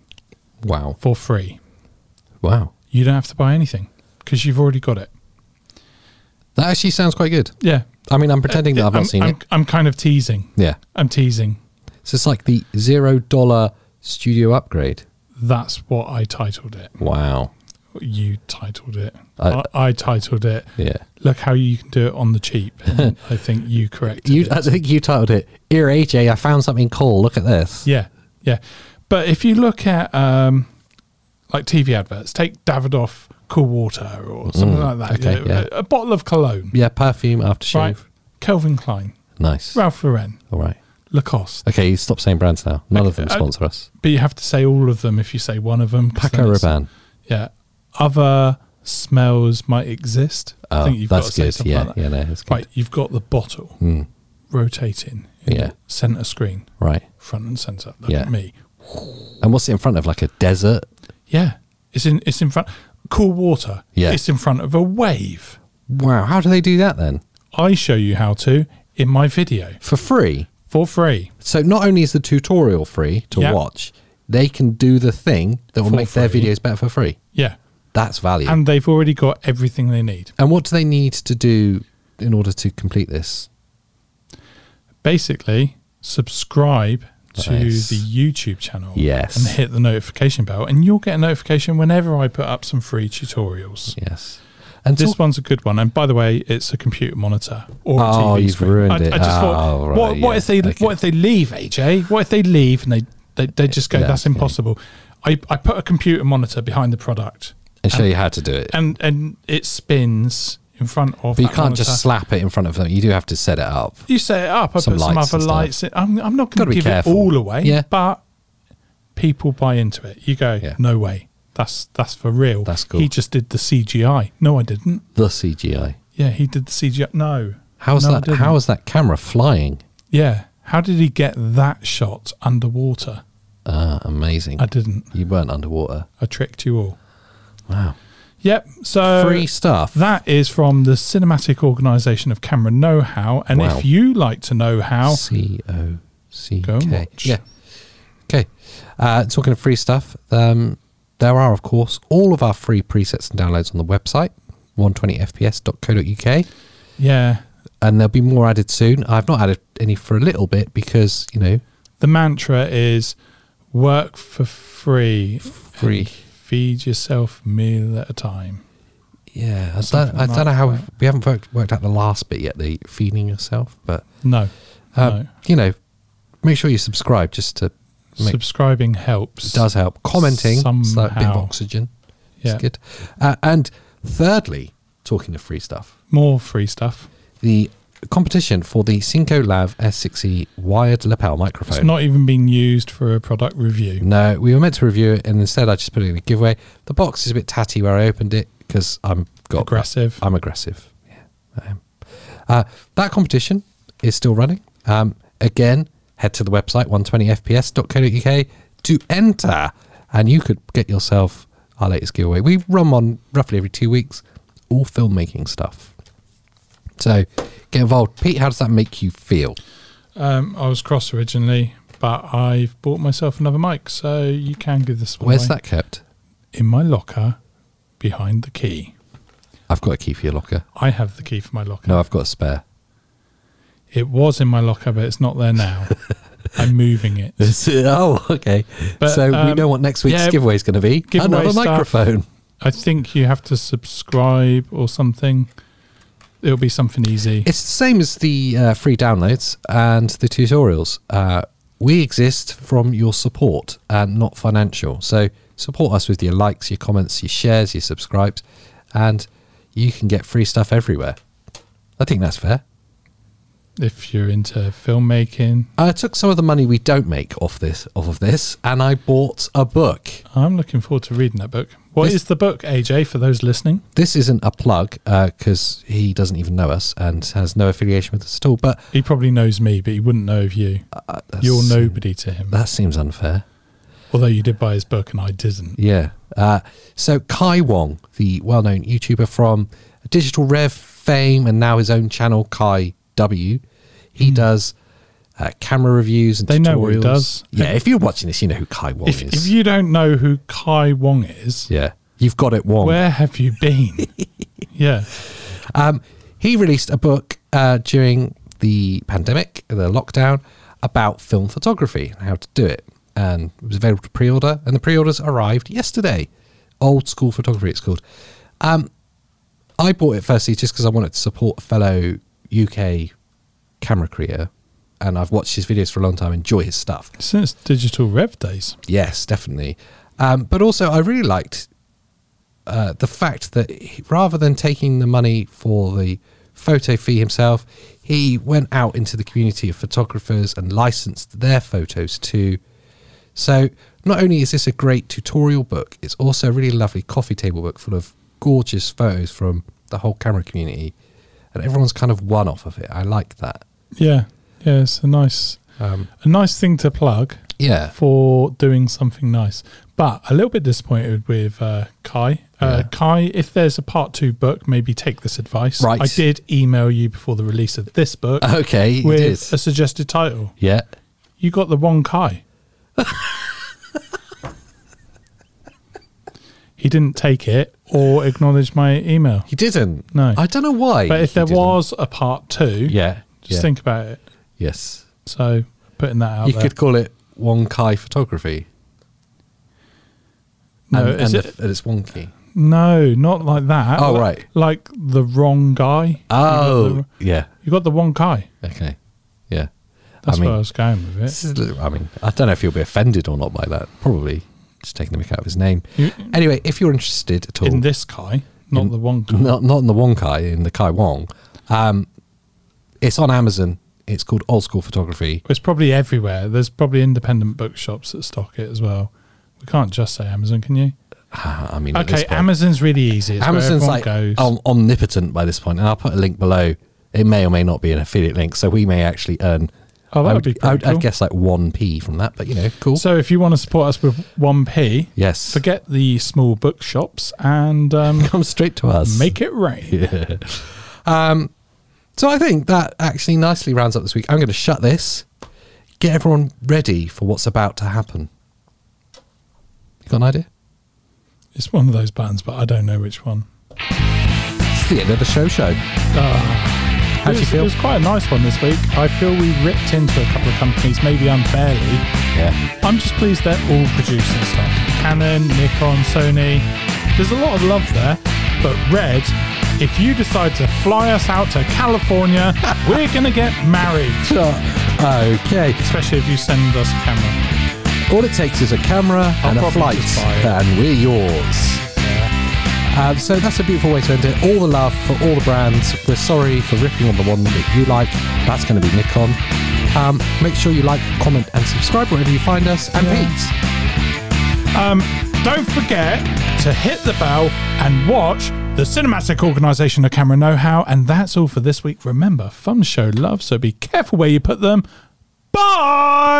S2: Wow.
S1: for free.
S2: Wow.
S1: You don't have to buy anything because you've already got it.
S2: That actually sounds quite good.
S1: Yeah.
S2: I mean, I'm pretending that I've not
S1: I'm,
S2: seen
S1: I'm,
S2: it.
S1: I'm kind of teasing.
S2: Yeah.
S1: I'm teasing.
S2: So it's like the zero dollar studio upgrade.
S1: That's what I titled it.
S2: Wow.
S1: you titled it.
S2: I-
S1: I, I titled it.
S2: Yeah.
S1: Look how you can do it on the
S2: [LAUGHS]
S1: cheap. And I think you corrected
S2: You,
S1: it.
S2: I think you titled it, Ear AJ, I found something cool. Look at this.
S1: Yeah, yeah. But if you look at um, like TV adverts, take Davidoff Cool Water or something
S2: Mm,
S1: like that.
S2: okay,
S1: you know,
S2: yeah.
S1: a, a bottle of cologne,
S2: Yeah, perfume, aftershave.
S1: right? Calvin Klein,
S2: Nice.
S1: Ralph Lauren,
S2: All right.
S1: Lacoste.
S2: Okay, you stop saying brands now. None of
S1: Okay, uh,
S2: them
S1: I-
S2: sponsor us.
S1: But you have to say all of them if you say one of them. 'cause
S2: Paco
S1: then it's-
S2: Rabanne.
S1: Yeah. Other smells might exist.
S2: Oh, that's good.
S1: something
S2: Yeah,
S1: like that.
S2: yeah, no, that's good.
S1: Right, you've got the bottle
S2: Mm,
S1: rotating in
S2: Yeah.
S1: center screen,
S2: right.
S1: front and center. Look
S2: Yeah.
S1: at me.
S2: And what's it in front of? Like a desert?
S1: Yeah, it's in it's in front. Cool water.
S2: Yeah.
S1: it's in front of a wave.
S2: Wow. How do they do that then?
S1: I show you how to in my video
S2: For free?
S1: for free.
S2: So not only is the tutorial free to
S1: Yeah.
S2: watch, they can do the thing that will
S1: For
S2: make their
S1: free.
S2: videos better for free.
S1: Yeah,
S2: That's value. And,
S1: and they've already got everything they need.
S2: what do they need to do in order to complete this?
S1: Basically, subscribe to
S2: Nice.
S1: the YouTube channel.
S2: Yes.
S1: and hit the notification bell, and you'll get a notification whenever I put up some free tutorials.
S2: Yes. And
S1: This
S2: this
S1: one's a good one, and by the way, it's a computer monitor or a
S2: Oh,
S1: TV
S2: you've
S1: screen.
S2: ruined
S1: I,
S2: it.
S1: I just thought,
S2: Oh,
S1: what,
S2: right,
S1: what
S2: yeah,
S1: if they
S2: okay.
S1: what if they leave, AJ? What if they leave and they they, they just go,
S2: Yeah,
S1: that's
S2: okay.
S1: impossible. I, I put a computer monitor behind the product,
S2: and show you how to do it.
S1: and and it spins in front of.
S2: But you
S1: that
S2: can't just
S1: monitor.
S2: slap it in front of them. You do have to set it up.
S1: you set it up. I
S2: some
S1: put some
S2: lights
S1: other
S2: and stuff.
S1: lights. In. I'm I'm not going
S2: Gotta
S1: to
S2: be
S1: give
S2: careful.
S1: it all away.
S2: Yeah.
S1: but people buy into it. You go,
S2: Yeah.
S1: no way. That's that's for real.
S2: That's cool.
S1: He just did the CGI. No, I didn't.
S2: The CGI.
S1: Yeah, he did the CGI. No.
S2: How's
S1: No, I
S2: that?
S1: didn't.
S2: How is that camera flying?
S1: Yeah. How did he get that shot underwater?
S2: Ah, amazing.
S1: I didn't.
S2: you weren't underwater.
S1: I tricked you all.
S2: Wow.
S1: Yep. So
S2: Free stuff.
S1: that is from the Cinematic Organisation of Camera Know How. And
S2: Wow.
S1: if you like to know how,
S2: C O C
S1: Go and
S2: K.
S1: watch.
S2: Yeah. Okay. Uh, talking of free stuff, um, there are, of course, all of our free presets and downloads on the website, 120fps.co.uk,
S1: yeah,
S2: and there'll be more added soon. I've not added any for a little bit because, you know,
S1: the mantra is work for free.
S2: Free.
S1: and Feed yourself meal at a time.
S2: yeah, I don't,
S1: Something
S2: I don't
S1: like
S2: know how
S1: that.
S2: we've, we haven't worked, worked out the last bit yet, the feeding yourself, but,
S1: No.
S2: uh,
S1: no.
S2: you know, make sure you subscribe just to, make-
S1: Subscribing helps.
S2: it does help. Commenting, it's like a bit of
S1: Somehow.
S2: oxygen.
S1: Yeah.
S2: It's good. Uh, and thirdly, talking of free stuff,
S1: More free stuff.
S2: the competition for the Cinco Lav S6E wired lapel microphone.
S1: It's not even being used for a product review.
S2: no, we were meant to review it, and instead I just put it in a giveaway. The box is a bit tatty where I opened it because I'm got
S1: Aggressive.
S2: I'm aggressive. Yeah, I am. Uh, that competition is still running. Um, again, head to the website 120fps.co.uk to enter, and you could get yourself our latest giveaway. We run one roughly every two weeks, all filmmaking stuff. So get involved. Pete, how does that make you feel?
S1: Um, I was cross originally, but I've bought myself another mic, so you can give this one.
S2: Where's
S1: away.
S2: that kept?
S1: In my locker, behind the key.
S2: I've got a key for your locker.
S1: I have the key for my locker.
S2: No, I've got a spare.
S1: It was in my locker, but it's not there
S2: [LAUGHS]
S1: now. I'm moving it.
S2: [LAUGHS] oh, okay.
S1: But,
S2: so we
S1: um,
S2: know what next week's
S1: yeah,
S2: giveaway is going to be.
S1: giveaway
S2: Another
S1: stuff.
S2: microphone.
S1: I think you have to subscribe or something. It'll be something easy.
S2: It's the same as the uh, free downloads and the tutorials. Uh, we exist from your support and not financial. So support us with your likes, your comments, your shares, your subscribes, and you can get free stuff everywhere. I think that's fair.
S1: If you're into filmmaking,
S2: I took some of the money we don't make off this off of this, and I bought a book.
S1: I'm looking forward to reading that book. What is
S2: This-
S1: the book, AJ, for those listening?
S2: This isn't a plug because he doesn't even know us and has no affiliation with us at all. But
S1: He probably knows me, but he wouldn't know of you.
S2: uh, that's-
S1: You're nobody to him.
S2: That seems unfair.
S1: Although you did buy his book and I didn't.
S2: Yeah. Uh, so Kai Wong, the well-known YouTuber from Digital Rev fame and now his own channel, Kai W, he does uh, camera reviews and
S1: Hmm. They
S2: tutorials.
S1: know what he does.
S2: Yeah. If you're watching this, you know who Kai Wong
S1: If,
S2: is.
S1: if you don't know who Kai Wong is,
S2: yeah. You've got it, Wong.
S1: where have you
S2: [LAUGHS]
S1: been? yeah.
S2: Um, he released a book uh, during the pandemic, the lockdown, about film photography and how to do it. And it was available to pre order, and the pre orders arrived yesterday Old School Photography, it's called. Um, I bought it firstly just because I wanted to support a fellow UK camera creator, and I've watched his videos for a long time, enjoy his stuff.
S1: Since digital rev days,
S2: Yes, definitely. Um, but also, I really liked uh, the fact that he, rather than taking the money for the photo fee himself, he went out into the community of photographers and licensed their photos too. So, not only is this a great tutorial book, it's also a really lovely coffee table book full of gorgeous photos from the whole camera community. And everyone's kind of one off of it. I like that.
S1: yeah, yeah, it's a nice,
S2: Um,
S1: a nice thing to plug
S2: yeah. [LAUGHS]
S1: for doing something nice. But a little bit disappointed with uh, Kai. Uh,
S2: Yeah.
S1: Kai, if there's a part two book, maybe take this advice.
S2: Right.
S1: I did email you before the release of this
S2: [LAUGHS]
S1: book
S2: Okay. you
S1: with
S2: did.
S1: a suggested title.
S2: Yeah.
S1: You got the wrong Kai. he didn't take it or acknowledge my email.
S2: He didn't.
S1: No.
S2: I don't know why.
S1: But if
S2: he
S1: there
S2: didn't.
S1: was a part two,
S2: Yeah.
S1: just
S2: yeah,
S1: think about it.
S2: Yes.
S1: So putting that out
S2: You
S1: there.
S2: could call it Wonkai photography.
S1: no,
S2: and,
S1: is
S2: and
S1: it?
S2: the- and it's wonky.
S1: No, not like that.
S2: Oh,
S1: Like-
S2: right.
S1: Like the wrong guy. You
S2: Oh,
S1: got
S2: yeah.
S1: the, you got the wrong guy.
S2: Okay. Yeah.
S1: That's
S2: I mean,
S1: where I was going with
S2: this
S1: it.
S2: is a little- I mean, I don't know if you'll be offended or not by that. Probably just taking the mick out of his name.
S1: You-
S2: Anyway, if you're interested at all,
S1: In this guy, not
S2: In-
S1: the wrong guy.
S2: [LAUGHS] not not in the Wonkai, in the Kai Wong, um, it's on Amazon. It's called Old School Photography. [LAUGHS]
S1: It's probably everywhere. There's probably independent bookshops that stock it as well. We can't just say Amazon, can you?
S2: I mean, at this
S1: Okay,
S2: point-
S1: Amazon's really easy. It's Amazon's
S2: Amazon's
S1: where
S2: like
S1: everyone goes.
S2: om- omnipotent by this point, and I'll put a link below. It may or may not be an affiliate link, so we may actually earn.
S1: Oh, that
S2: I
S1: would be pretty
S2: I would,
S1: cool.
S2: I'd guess like one p from that, but you know, cool.
S1: So if you want to support us with 1p,
S2: yes,
S1: forget the small bookshops and
S2: [LAUGHS]
S1: um,
S2: come straight to
S1: [LAUGHS]
S2: us.
S1: make it rain.
S2: um, so I think that actually nicely rounds up this week. I'm going to shut this. Get everyone ready for what's about to happen. You got an idea?
S1: It's one of those bands, but I don't know which one.
S2: It's the end of the show. Show. How
S1: Ah. it
S2: do you
S1: was, It
S2: feel?
S1: was quite a nice one this week. I feel we ripped into a couple of companies, maybe unfairly.
S2: Yeah.
S1: I'm just pleased they're all producing stuff. Canon, Nikon, Sony. There's a lot of love there. But Red, if you decide to fly us out to
S2: [LAUGHS]
S1: California, we're going to get married. [LAUGHS]
S2: So, okay.
S1: Especially if you send us a camera.
S2: All it takes is a camera
S1: I'll
S2: and a
S1: probably
S2: flight,
S1: just buy
S2: and we're yours. Um, so that's a beautiful way to end it. All the love for all the brands. We're sorry for ripping on the one that you like. That's going to be Nikon. Um, make sure you like, comment, and subscribe wherever you find us. And
S1: Yeah.
S2: Pete,
S1: Um, don't forget to hit the bell and watch the Cinematic Organisation of Camera Know How. And that's all for this week. Remember, fun show love, so be careful where you put them. Bye!